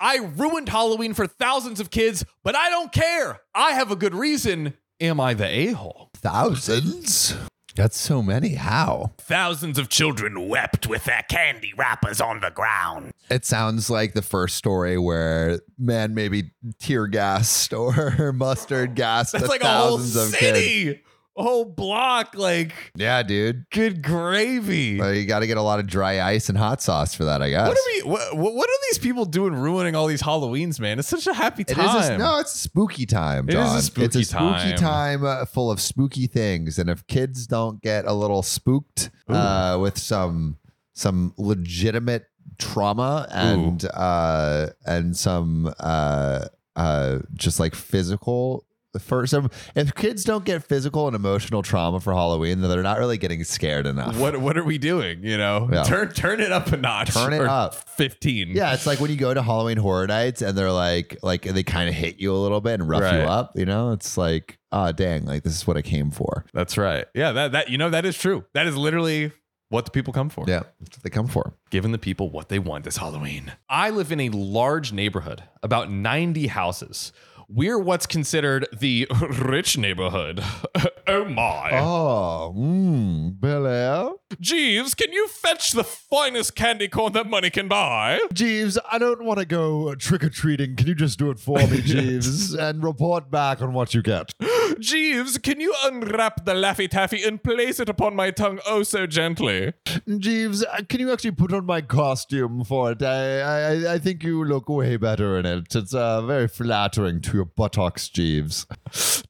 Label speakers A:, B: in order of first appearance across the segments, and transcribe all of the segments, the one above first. A: I ruined Halloween for thousands of kids, but I don't care. I have a good reason. Am I the a hole?
B: Thousands? That's so many. How?
A: Thousands of children wept with their candy wrappers on the ground.
B: It sounds like the first story where man maybe tear gassed or mustard gassed
A: That's
B: the
A: like a whole
B: thousands of kids.
A: city, a whole block. Like,
B: Yeah, dude.
A: good gravy.
B: Well, you got to get a lot of dry ice and hot sauce for that, I guess.
A: what are we? What, what are these people doing, ruining all these Halloweens, man? It's such a happy
B: It
A: time.
B: is a, no, it's a spooky time,
A: It is a
B: John. it's
A: spooky
B: a spooky
A: time.
B: time uh, full of spooky things, and if kids don't get a little spooked uh, with some some legitimate trauma and uh, and some uh, uh, just like physical for some if kids don't get physical and emotional trauma for Halloween, then they're not really getting scared enough.
A: What What are we doing? You know,
B: Yeah.
A: turn turn it up a notch.
B: Turn it
A: or
B: up.
A: Fifteen.
B: Yeah, it's like when you go to Halloween Horror Nights and they're like, like they kind of hit you a little bit and rough you
A: Right.
B: up. You know, it's like, ah, dang, like this is what I came for.
A: That's right. Yeah, that that you know that is true. That is literally what the people come for.
B: Yeah, that's what they come for.
A: Giving the people what they want this Halloween. I live in a large neighborhood, about 90 houses. We're what's considered the rich neighborhood. oh my.
B: Oh, mm, Bel Air.
A: Jeeves, can you fetch the finest candy corn that money can buy?
B: Jeeves, I don't want to go trick or treating. Can you just do it for me, Jeeves, and report back on what you get?
A: Jeeves, can you unwrap the Laffy Taffy and place it upon my tongue oh so gently?
B: Jeeves, uh, can you actually put on my costume for it? I, I, I- I think you look way better in it. It's uh, very flattering to your buttocks, Jeeves.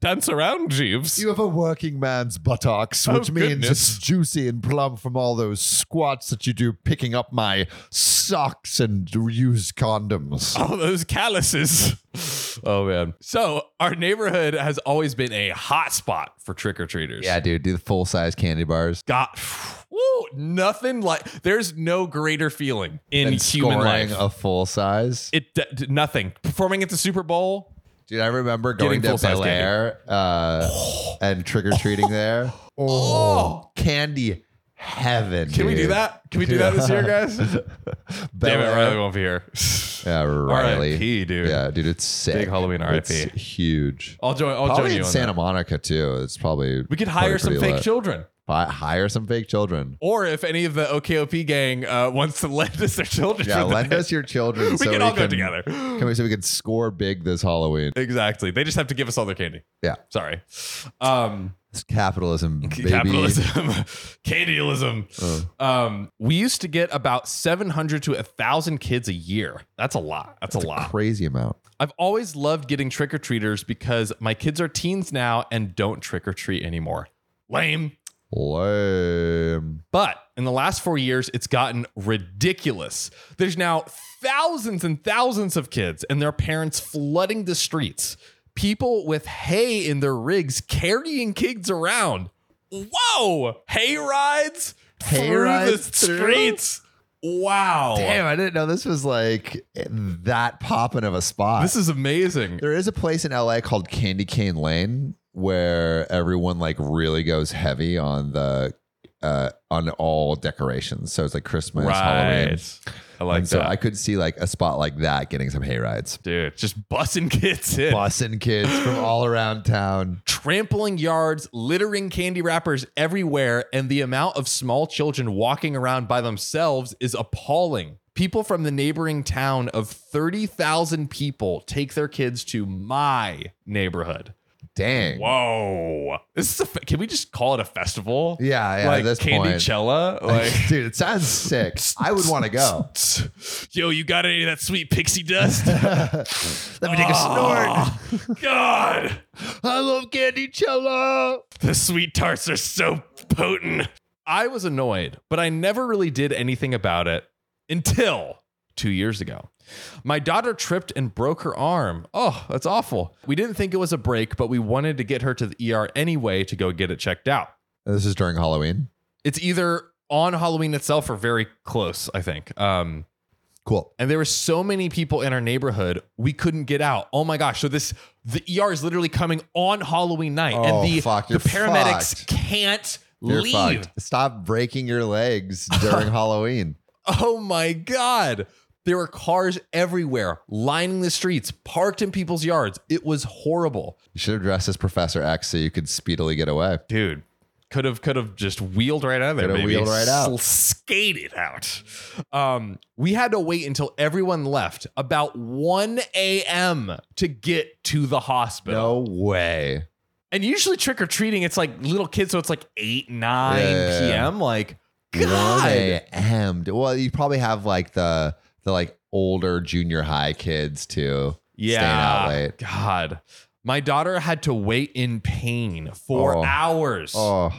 A: Dance around, Jeeves.
B: You have a working man's buttocks, which means
A: Oh, goodness.
B: it's juicy and plump from all those squats that you do picking up my socks and used condoms.
A: all those calluses. Oh man. So our neighborhood has always been a hot spot for trick or treaters.
B: dude, do the full size candy bars.
A: God, woo, nothing like there's no greater feeling in
B: And
A: human
B: scoring
A: life.
B: a full size.
A: it d- d- nothing performing at the Super Bowl.
B: Dude, I remember
A: Getting
B: going to
A: full-size
B: Bel Air uh, and trick or treating there.
A: Oh.
B: candy heaven.
A: Can we do
B: dude.
A: that? Can we do that this year, guys?
B: Bel
A: Damn it,
B: Air.
A: Riley won't be here.
B: Yeah, Riley.
A: R.I.P., dude.
B: Yeah, dude, it's sick.
A: Big Halloween
B: It's
A: R.I.P..
B: Huge.
A: I'll join. I'll
B: Probably
A: join
B: in
A: you on
B: Santa
A: that.
B: Monica too. It's probably
A: We could hire
B: probably
A: some
B: pretty
A: fake
B: lit.
A: children,
B: Hi- hire some fake children.
A: or if any of the OKOP gang uh, wants to lend us their children,
B: Yeah,
A: for the
B: lend
A: day,
B: us your children.
A: we
B: so
A: can all go
B: can-
A: together.
B: Can we so we can score big this Halloween?
A: Exactly. They just have to give us all their candy.
B: Yeah.
A: Sorry. Um
B: It's capitalism, baby.
A: capitalism, candyism. Um we used to get about 700 to 1000 kids a year. That's a lot. That's, a lot.
B: Crazy amount.
A: I've always loved getting trick or treaters because my kids are teens now and don't trick or treat anymore. Lame.
B: Lame.
A: But in the last 4 years it's gotten ridiculous. There's now thousands and thousands of kids and their parents flooding the streets. People with hay in their rigs carrying kids around. Whoa! Hay rides
B: Hay
A: through
B: rides
A: the
B: through?
A: streets. Wow.
B: Damn, I didn't know this was like that poppin' of a spot.
A: This is amazing.
B: there is a place in LA called Candy Cane Lane where everyone like really goes heavy on the uh on all decorations. So it's like Christmas, Halloween.
A: Right. I like
B: and so
A: that.
B: I could see like a spot like that getting some hay rides.
A: Dude, just bussing kids in.
B: Bussing kids from all around town.
A: trampling yards, littering candy wrappers everywhere, and the amount of small children walking around by themselves is appalling. People from the neighboring town of 30,000 people take their kids to my neighborhood.
B: Dang.
A: Whoa. This is a fe- can we just call it a festival?
B: Yeah, yeah.
A: like
B: at this
A: Candy
B: point.
A: Cella, like
B: Dude, it sounds sick. I would want to go.
A: Yo, you got any of that sweet pixie dust?
B: Let me take a snort.
A: Oh, God.
B: I love candy cello.
A: The sweet tarts are so potent. I was annoyed, but I never really did anything about it until two years ago. My daughter tripped and broke her arm. Oh, that's awful. We didn't think it was a break, but we wanted to get her to the ER anyway to go get it checked out.
B: This is during Halloween.
A: It's either on Halloween itself or very close, I think. Um,
B: Cool.
A: and there were so many people in our neighborhood we couldn't get out. Oh my gosh! So this the ER is literally coming on Halloween night,
B: Oh,
A: and the
B: fuck,
A: the
B: you're
A: paramedics
B: fucked.
A: can't
B: You're
A: leave.
B: fucked. Stop breaking your legs during Halloween.
A: Oh my god! There were cars everywhere, lining the streets, parked in people's yards. It was horrible.
B: You should have dressed as Professor X so you could speedily get away.
A: Dude, could have could have just wheeled right out of there.
B: Could have
A: baby.
B: wheeled right out.
A: S- skated out. Um, we had to wait until everyone left about 1 a.m. to get to the hospital.
B: No way.
A: And usually trick or treating, it's like little kids, so it's like 8, 9
B: Yeah, yeah, yeah.
A: p.m. Like,
B: One
A: God.
B: a.m. Well, you probably have like the the like older junior high kids too. Staying
A: Yeah.
B: out late.
A: God. My daughter had to wait in pain for
B: Oh.
A: hours.
B: Oh,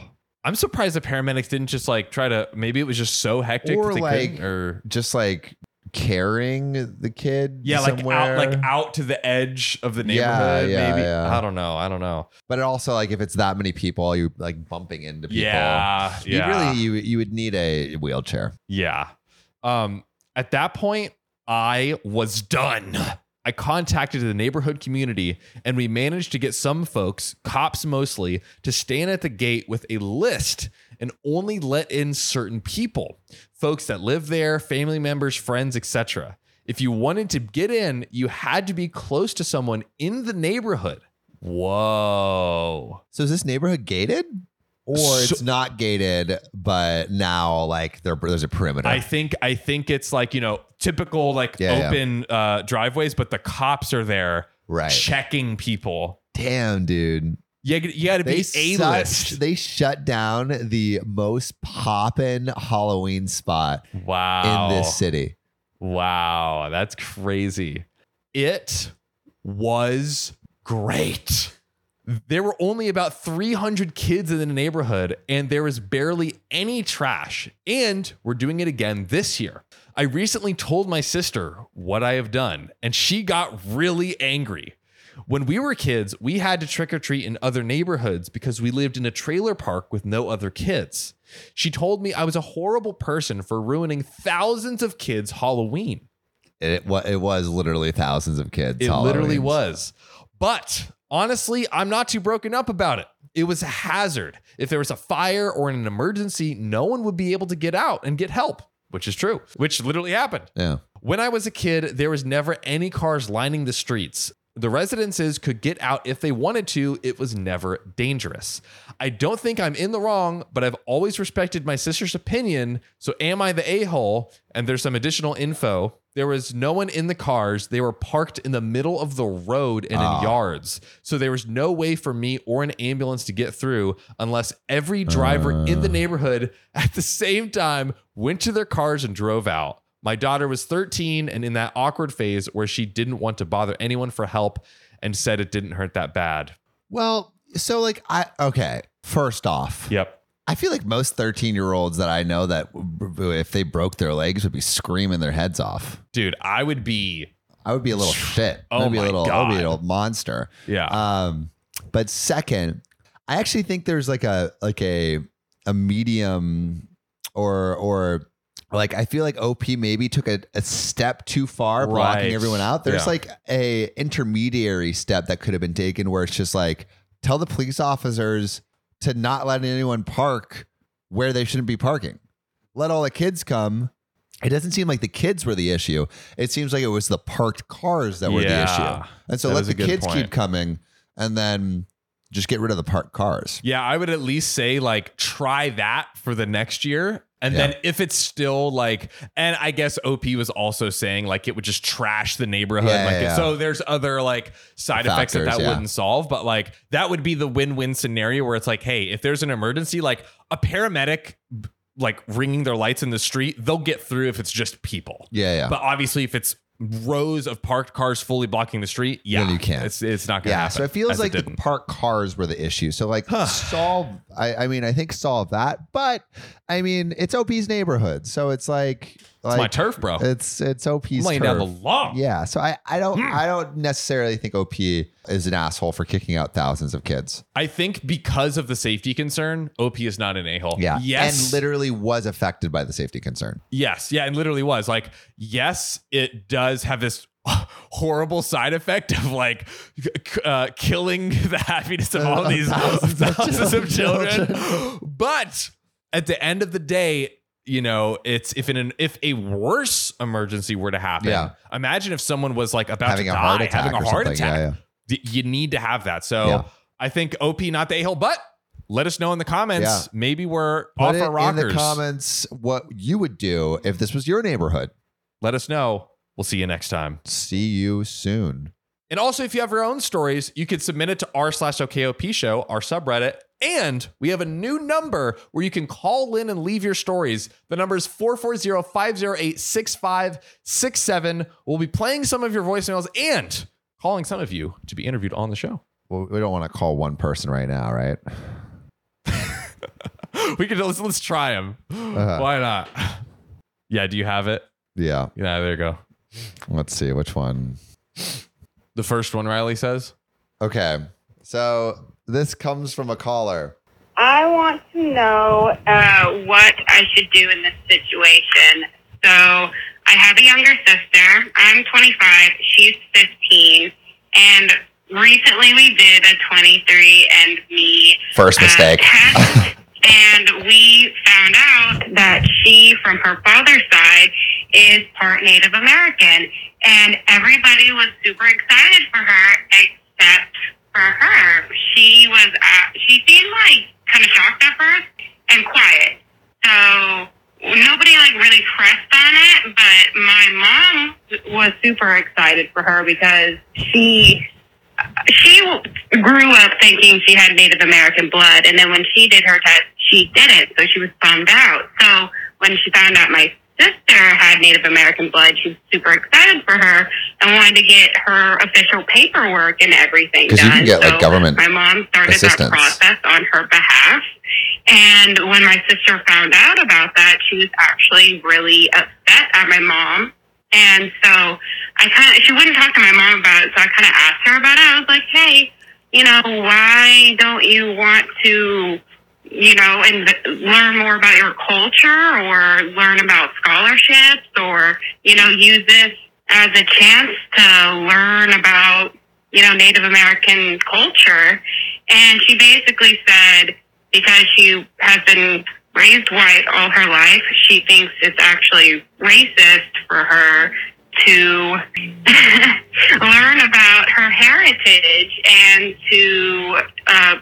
A: I'm surprised the paramedics didn't just like try to, maybe it was just so hectic.
B: Or
A: that they
B: like-
A: couldn't, or
B: just like carrying the kid.
A: yeah, like out,
B: somewhere.
A: like out to the edge of the
B: Yeah,
A: neighborhood.
B: yeah,
A: maybe
B: yeah.
A: I don't know. I don't know.
B: But also, like if it's that many people, you like bumping into people.
A: Yeah,
B: You
A: yeah,
B: really you you would need a wheelchair.
A: yeah. Um, at that point, I was done. I contacted the neighborhood community and we managed to get some folks, cops mostly, to stand at the gate with a list and only let in certain people, folks that live there, family members, friends, etc. If you wanted to get in, you had to be close to someone in the neighborhood. Whoa.
B: So is this neighborhood gated? Or it's not gated, but now like there, there's a perimeter.
A: I think I think it's like, you know, typical like
B: Yeah, yeah.
A: open uh driveways, but the cops are there
B: right.
A: checking people.
B: Damn, dude.
A: You, you got to
B: They
A: be A
B: such-
A: list.
B: they shut down the most poppin' Halloween spot
A: Wow.
B: in this city.
A: Wow. That's crazy. It was great. There were only about 300 kids in the neighborhood, and there was barely any trash. And we're doing it again this year. I recently told my sister what I have done, and she got really angry. When we were kids, we had to trick or treat in other neighborhoods because we lived in a trailer park with no other kids. She told me I was a horrible person for ruining thousands of kids' Halloween.
B: It, wa it was literally thousands of kids.
A: It literally
B: Halloweens.
A: was. But honestly, I'm not too broken up about it. It was a hazard. If there was a fire or an emergency, no one would be able to get out and get help, which is true, which literally happened.
B: Yeah.
A: When I was a kid, there was never any cars lining the streets. The residences could get out if they wanted to, it was never dangerous. I don't think I'm in the wrong, but I've always respected my sister's opinion, so am I the a hole? And there's some additional info. There was no one in the cars. They were parked in the middle of the road and
B: Ah.
A: in yards. So there was no way for me or an ambulance to get through unless every driver in the neighborhood at the same time went to their cars and drove out. My daughter was 13 and in that awkward phase where she didn't want to bother anyone for help and said it didn't hurt that bad.
B: Well, so like I okay. First off,
A: Yep.
B: I feel like most 13 year olds that I know that b- b- if they broke their legs would be screaming their heads off.
A: Dude, I would be.
B: I would be a little shit.
A: Oh
B: I'd be
A: my
B: a little, I'd
A: God.
B: be a little monster.
A: Yeah.
B: Um, but second, I actually think there's like a like a a medium or or like I feel like OP maybe took a, a step too far blocking
A: Right.
B: everyone out. There's
A: Yeah.
B: like a intermediary step that could have been taken where it's just like tell the police officers to not let anyone park where they shouldn't be parking. Let all the kids come. It doesn't seem like the kids were the issue. It seems like it was the parked cars that were
A: Yeah.
B: the issue. And so
A: That
B: let
A: is a
B: the
A: good
B: kids
A: point.
B: keep coming and then just get rid of the parked cars.
A: Yeah, I would at least say like try that for the next year. And
B: Yeah.
A: then if it's still like, and I guess OP was also saying like it would just trash the neighborhood.
B: Yeah,
A: like
B: yeah, yeah.
A: so there's other like side effects that
B: Factors,
A: that
B: yeah.
A: wouldn't solve, but like that would be the win-win scenario where it's like, hey, if there's an emergency, like a paramedic b- like ringing their lights in the street, they'll get through if it's just people.
B: Yeah, yeah.
A: But obviously if it's rows of parked cars fully blocking the street, yeah,
B: Then you can't.
A: It's it's not gonna
B: yeah,
A: happen.
B: so it feels
A: as
B: like the
A: didn't.
B: parked cars were the issue. So like solve I, I mean I think solve that, but I mean it's OP's neighborhood. So it's like
A: it's my
B: like
A: turf, bro.
B: it's it's OP's
A: I'm laying down
B: turf.
A: the law. Hmm.
B: yeah, so I, I don't I don't necessarily think OP is an asshole for kicking out thousands of kids.
A: I think because of the safety concern, OP is not an a hole.
B: Yeah,
A: Yes.
B: and literally was affected by the safety concern.
A: yes. Yeah. And literally was like, yes, it does have this horrible side effect of like uh, killing the happiness of
B: Uh,
A: all these thousands, of children. But at the end of the day, you know, it's if in an if a worse emergency were to happen,
B: Yeah.
A: imagine if someone was like about
B: having
A: to
B: a
A: die,
B: heart attack
A: having a
B: or
A: heart
B: something.
A: attack.
B: Yeah, yeah.
A: Th- You need to have that. So
B: Yeah.
A: I think OP not the a hill, but let us know in the comments.
B: Yeah.
A: Maybe we're
B: Put
A: off
B: it
A: our rockers.
B: in the comments what you would do if this was your neighborhood.
A: Let us know. We'll see you next time.
B: See you soon.
A: And also, if you have your own stories, you can submit it to r slash OKOP show, our subreddit. And we have a new number where you can call in and leave your stories. The number is 440 508 6567. We'll be playing some of your voicemails and calling some of you to be interviewed on the show.
B: Well, we don't want to call one person right now, right?
A: We could let's, let's try them.
B: Uh-huh.
A: Why not? Yeah, do you have it?
B: Yeah.
A: Yeah, there you go.
B: Let's see which one.
A: The first one Riley says.
B: Okay. So this comes from a caller.
C: I want to know uh, what I should do in this situation. So I have a younger sister. I'm 25. She's 15. And recently we did a 23 and me
B: First
C: uh, test, and we found out that she, from her father's side, is part Native American. And everybody was super excited for her, except for her. She was, uh, she seemed like kind of shocked at first and quiet. So nobody like really pressed on it, but my mom was super excited for her because she she grew up thinking she had Native American blood, and then when she did her test, she didn't, so she was bummed out. So when she found out my sister had Native American blood, she was super excited for her and wanted to get her official paperwork and everything.
B: Because you
C: done.
B: can get
C: So-
B: like government.
C: my mom started
B: assistance.
C: that process on her behalf. And when my sister found out about that, she was actually really upset at my mom. And so I kind of, she wouldn't talk to my mom about it. So I kind of asked her about it. I was like, hey, you know, why don't you want to, you know, and learn more about your culture or learn about scholarships or, you know, use this as a chance to learn about you know, Native American culture. And she basically said, because she has been raised white all her life, she thinks it's actually racist for her to learn about her heritage and to uh,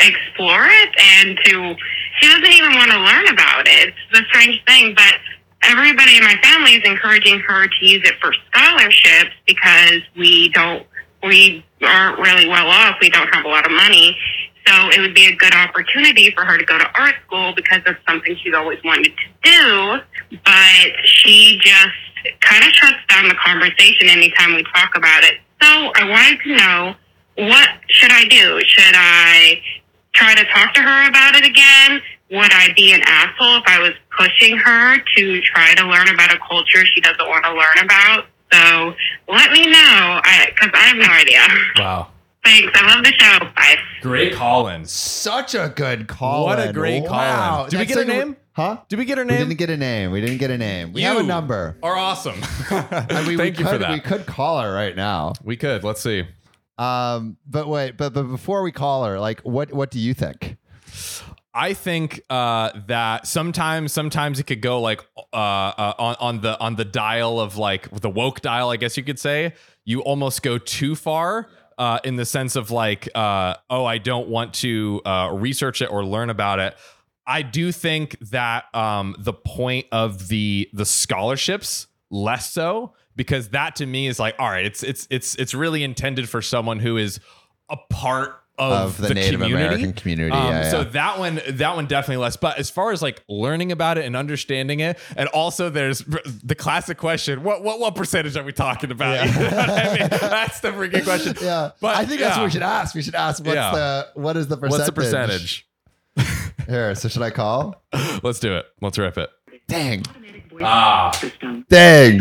C: explore it and to, she doesn't even want to learn about it. It's the strange thing, but everybody in my family is encouraging her to use it for scholarships because we don't we aren't really well off. We don't have a lot of money. So it would be a good opportunity for her to go to art school because that's something she's always wanted to do. But she just kind of shuts down the conversation anytime we talk about it. So I wanted to know what should I do? Should I try to talk to her about it again? Would I be an asshole if I was pushing her to try to learn about a culture she doesn't want to learn about? So let me know, because I, have no idea.
A: Wow.
C: Thanks. I love the show. Bye.
A: Great Collins.
B: Such a good call.
A: What a great
B: Wow.
A: call. Did we
B: That's
A: get a
B: like
A: name?
B: Huh?
A: Did we get her
B: We
A: name?
B: didn't get a name. We didn't get a name. We have a
A: You
B: number.
A: Are awesome.
B: I
A: Thank
B: mean, we
A: you
B: could,
A: for that.
B: We could call her right now.
A: We could. Let's see.
B: Um, but wait, but but before we call her, like, what what do you think?
A: I think uh, that sometimes, sometimes it could go like uh, uh, on on the on the dial of like the woke dial, I guess you could say. You almost go too far uh, in the sense of like, uh, oh, I don't want to uh, research it or learn about it. I do think that um, the point of the the scholarships less so because that to me is like, all right, it's it's it's it's really intended for someone who is a part of,
B: Of the, Native
A: community.
B: American community.
A: Um,
B: yeah,
A: so
B: yeah.
A: that one, that one definitely less. But as far as like learning about it and understanding it, and also there's r- the classic question: what what what percentage are we talking about?
B: Yeah.
A: You know what I mean? That's the freaking question.
B: yeah,
A: but,
B: I think that's
A: yeah.
B: what we should ask. We should ask what's
A: Yeah.
B: the what is the percentage?
A: What's the percentage?
B: Here, so should I call?
A: Let's do it. Let's rip it.
B: Dang,
A: Ah,
B: dang.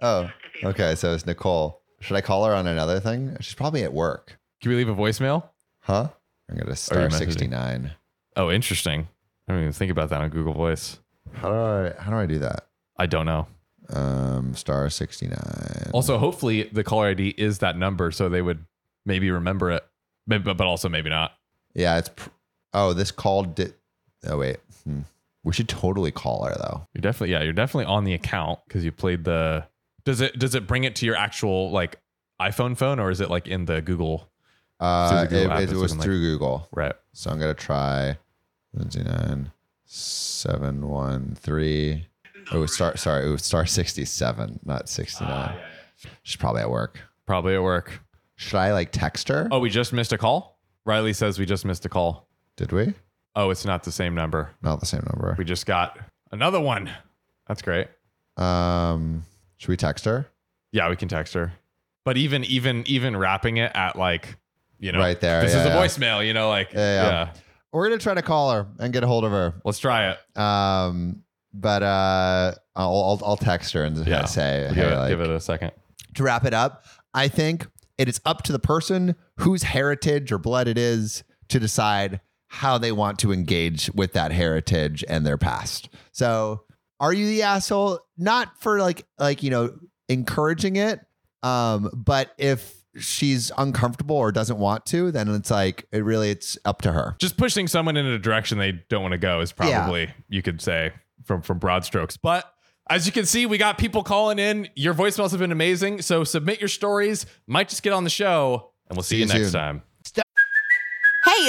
B: Oh, okay. So it's Nicole. Should I call her on another thing? She's probably at work,
A: can we leave a voicemail?
B: huh? I'm gonna star
A: messaging?
B: sixty nine.
A: Oh, interesting. I don't even think about that on Google Voice.
B: How do I how do I do that?
A: I don't know.
B: Um, star sixty nine.
A: Also, hopefully the caller ID is that number, so they would maybe remember it. Maybe, but but also maybe not.
B: Yeah, it's. Pr- oh, this call did. Oh wait, hmm.
D: We should totally call her though.
A: You're definitely yeah, you're definitely on the account because you played the does it does it bring it to your actual like iPhone phone or is it like in the Google
D: Uh,
A: Through the Google
D: it-
A: app,
D: it,
A: it's
D: was
A: looking like-
D: through Google.
A: right?
D: So I'm gonna try 99 713. It was Oh, star sorry, it was star 67, not 69.
A: Ah,
D: She's probably at work.
A: Probably at work.
D: Should I like text her?
A: Oh, we just missed a call? Riley says we just missed a call.
D: Did we?
A: Oh, it's not the same number.
D: Not the same number.
A: We just got another one. That's great.
D: Um should we text her?
A: Yeah, we can text her. But even even even wrapping it at like, you know,
D: Right there,
A: This
D: yeah,
A: is a
D: yeah.
A: voicemail, you know, like
D: Yeah, yeah. We're gonna try to call her and get a hold of her.
A: Let's try it.
D: Um, but uh, I'll, I'll I'll text her and
A: Yeah.
D: say,
A: Give,
D: hey,
A: it
D: like-
A: give it a second.
D: to wrap it up. I think it is up to the person whose heritage or blood it is to decide how they want to engage with that heritage and their past. So, are you the asshole? Not for like like you know encouraging it, um, but if she's uncomfortable or doesn't want to, then it's like it really it's up to her.
A: just pushing someone in a direction they don't want to go is
D: Yeah.
A: probably you could say from from broad strokes but as you can see we got people calling in your voicemails have been amazing so submit your stories might just get on the show and we'll
D: See
A: see, you
D: you
A: next
D: soon.
A: time
E: Hey,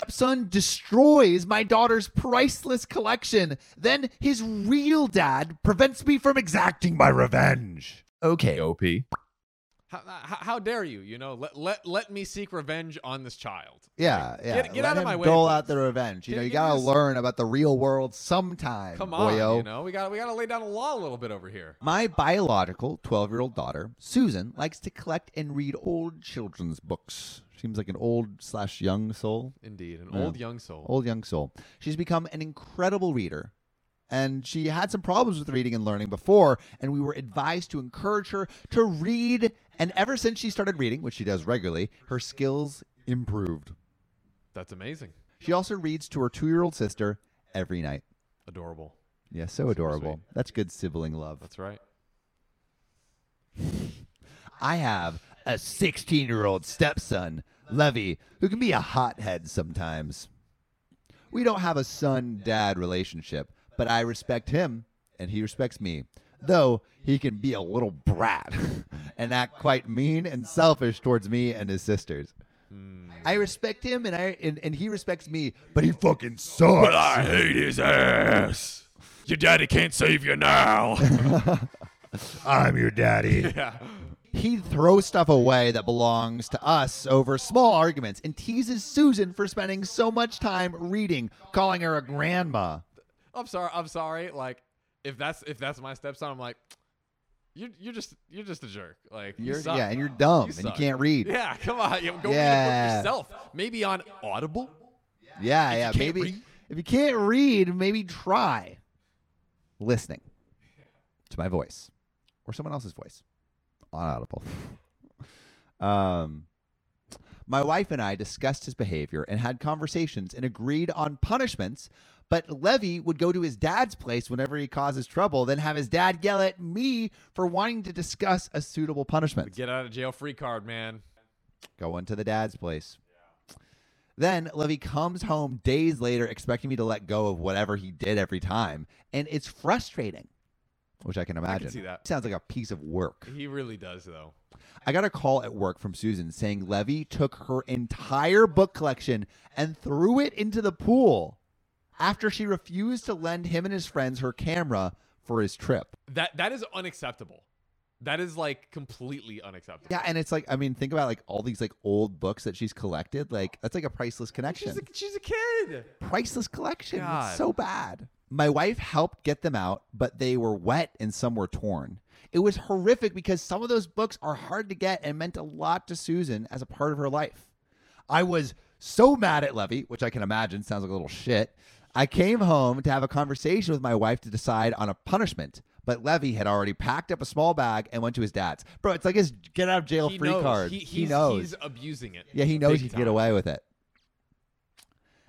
B: stepson destroys my daughter's priceless collection. Then his real dad prevents me from exacting my revenge.
D: Okay, OP.
A: how, how, dare you you know let, let let me seek revenge on this child
D: Yeah, yeah.
A: get out of my way,
D: Dole
A: please.
D: out the revenge. You
A: Get-
D: know, you
A: get
D: gotta
A: this-
D: learn about the real world sometime.
A: come on
D: boyo.
A: you know we got we got to lay down the law a little bit over here
B: My biological 12 year old daughter, Susan, likes to collect and read old children's books. Seems like an old slash young soul.
A: indeed an
B: Yeah.
A: old young soul
B: Old young soul. She's become an incredible reader. And she had some problems with reading and learning before, and we were advised to encourage her to read. And ever since she started reading, which she does regularly, her skills improved.
A: that's amazing
B: She also reads to her two year old sister every night.
A: adorable
B: Yeah, so adorable. That's good sibling love.
A: that's right
B: I have a 16 year old stepson, Levy, who can be a hothead sometimes. We don't have a son dad relationship, but I respect him and he respects me, though he can be a little brat and act quite mean and selfish towards me and his sisters. I respect him and I and, and he respects me, but he fucking sucks.
A: hate his ass your daddy can't save you now
B: I'm your daddy. He throws stuff away that belongs to us over small arguments and teases Susan for spending so much time reading, calling her a grandma.
A: I'm sorry. I'm sorry. Like, if that's if that's my stepson, I'm like, you you're just you're just a jerk. Like, you
B: You're-
A: suck.
B: yeah, and you're dumb, and you
A: suck.
B: can't read.
A: Yeah, come on. You go
B: Yeah.
A: read a book yourself. Maybe on Audible.
B: Yeah,
A: you
B: yeah.
A: can't
B: Maybe
A: read-
B: if you can't read, maybe try listening to my voice or someone else's voice on Audible. um, my wife and I discussed his behavior and had conversations and agreed on punishments. But Levy would go to his dad's place whenever he causes trouble, then have his dad yell at me for wanting to discuss a suitable punishment
A: Get out of jail free card, man.
B: going to the dad's place. Then Levy comes home days later expecting me to let go of whatever he did every time, and it's frustrating, which I can imagine.
A: see that.
B: Sounds like a piece of work.
A: He really does though.
B: I got a call at work from Susan saying Levy took her entire book collection and threw it into the pool. after she refused to lend him and his friends her camera for his trip.
A: That that is unacceptable. That is like completely unacceptable.
B: Yeah, and it's like I mean, think about like all these like old books that she's collected. Like that's like a priceless connection.
A: She's a, she's a kid.
B: priceless collection. It's
A: God.
B: so bad. My wife helped get them out, but they were wet and some were torn. It was horrific because some of those books are hard to get and meant a lot to Susan as a part of her life. I was so mad at Levy, which I can imagine sounds like a little shit. I came home to have a conversation with my wife to decide on a punishment, but Levy had already packed up a small bag and went to his dad's. Bro, it's like his get out of jail
A: He
B: free
A: knows.
B: card.
A: He,
B: he
A: he's-
B: knows.
A: He's abusing it.
B: Yeah, he knows
A: Big
B: he can
A: time.
B: get away with it.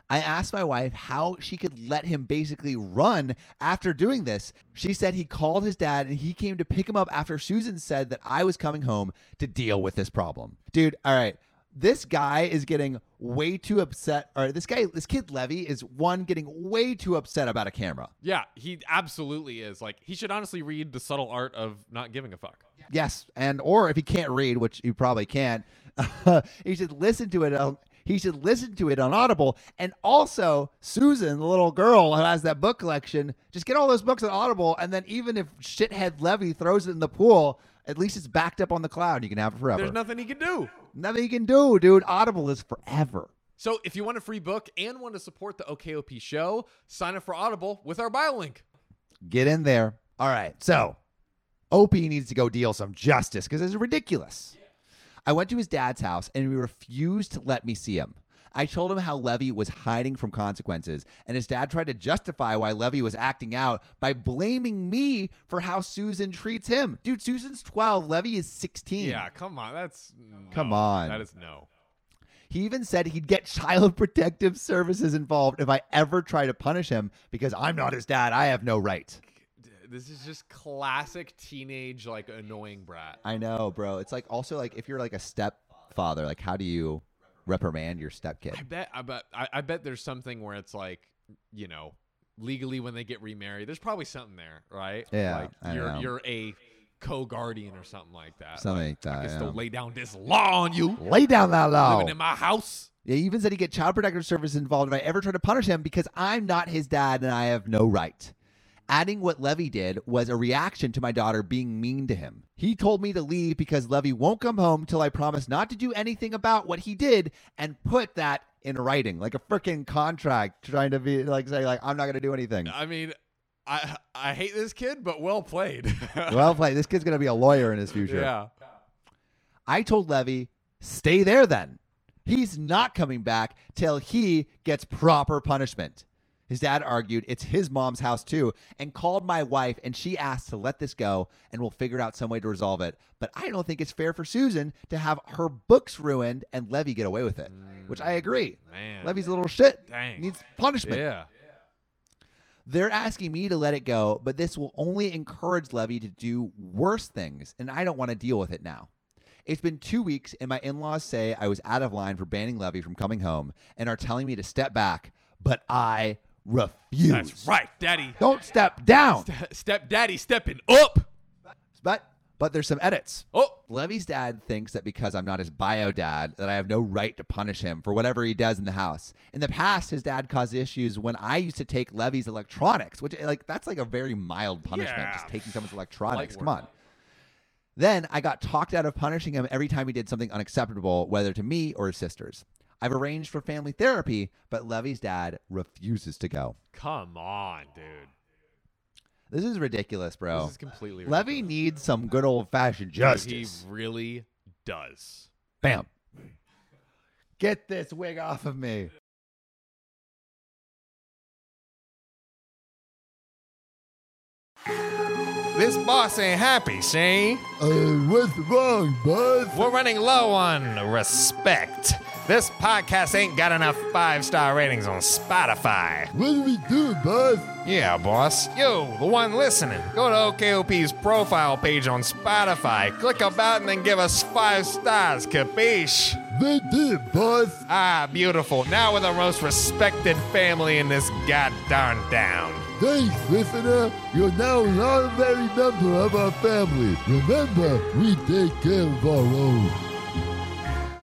B: I asked my wife how she could let him basically run after doing this. She said he called his dad and he came to pick him up after Susan said that I was coming home to deal with this problem. Dude, all right. This guy is getting way too upset. Or this guy, this kid Levy is one getting way too upset about a camera.
A: Yeah, he absolutely is. Like he should honestly read the subtle art of not giving a fuck.
B: Yes, and or if he can't read, which you probably can't, he should listen to it. On, he should listen to it on Audible, and also Susan, the little girl who has that book collection, just get all those books on Audible, and then even if shithead Levy throws it in the pool, at least it's backed up on the cloud. You can have it forever.
A: There's nothing he can do.
B: Nothing you can do, dude. Audible is forever.
A: So if you want a free book and want to support the OKOP show, sign up for Audible with our bio link.
B: Get in there. All right. So Opie needs to go deal some justice because it's ridiculous. I went to his dad's house and he refused to let me see him. I told him how Levy was hiding from consequences, and his dad tried to justify why Levy was acting out by blaming me for how Susan treats him. Dude, Susan's 12, Levy is 16.
A: Yeah, come on. That's no.
B: Come on.
A: That is no.
B: He even said he'd get child protective services involved if I ever try to punish him because I'm not his dad. I have no right.
A: D- This is just classic teenage like annoying brat.
B: I know, bro. It's like also like if you're like a stepfather, like how do you reprimand your
A: I
B: stepkid?
A: bet I bet I, I bet there's something where it's like, you know, legally when they get remarried, there's probably something there, right?
B: Yeah,
A: Like
B: I
A: you're
B: know.
A: you're a co guardian or something like that.
B: Something like
A: I
B: that.
A: can
B: yeah.
A: still lay down this law on you.
B: Lay down that law.
A: Living in my house.
B: They even said he get child protective services involved if I ever try to punish him because I'm not his dad and I have no right. Adding what Levy did was a reaction to my daughter being mean to him. He told me to leave because Levy won't come home till I promise not to do anything about what he did and put that in writing, like a freaking contract, trying to be like say like I'm not gonna do anything.
A: I mean, I I hate this kid, but well played.
B: well played. This kid's gonna be a lawyer in his future.
A: yeah.
B: I told Levy, stay there then. He's not coming back till he gets proper punishment. His dad argued it's his mom's house too and called my wife and she asked to let this go and we'll figure out some way to resolve it. But I don't think it's fair for Susan to have her books ruined and Levy get away with it, which I agree.
A: Man.
B: Levy's a little shit.
A: Dang.
B: Needs punishment.
A: Yeah.
B: They're asking me to let it go, but this will only encourage Levy to do worse things, and I don't want to deal with it now. It's been two weeks, and my in laws say I was out of line for banning Levy from coming home and are telling me to step back, but I refuse.
A: That's right, daddy.
B: Don't step down.
A: Step daddy stepping up.
B: But but there's some edits.
A: Oh,
B: Levy's dad thinks that because I'm not his bio dad, that I have no right to punish him for whatever he does in the house. In the past, his dad caused issues when I used to take Levy's electronics, which eh, like that's like a very mild punishment,
A: Yeah.
B: just taking someone's electronics.
A: Light
B: Come
A: work.
B: on. Then I got talked out of punishing him every time he did something unacceptable, whether to me or his sisters. I've arranged for family therapy, but Levy's dad refuses to go.
A: come on, dude.
B: This is ridiculous, bro.
A: This is completely
B: Oh. Levy
A: ridiculous.
B: needs some good old fashioned justice.
A: He really does.
B: Bam. Get this wig off of me.
F: This boss ain't happy, see?
G: Uh, what's wrong, boss?
F: We're running low on respect. This podcast ain't got enough five star ratings on Spotify.
G: What do we do, boss?
F: Yeah, boss. You, the one listening, go to OKOP's profile page on Spotify, click about, and then give us five stars, capiche?
G: They did, boss.
F: Ah, beautiful. Now we're the most respected family in this goddamn town.
G: Thanks, listener. You're now an honorary member of our family. Remember, we take care of our own.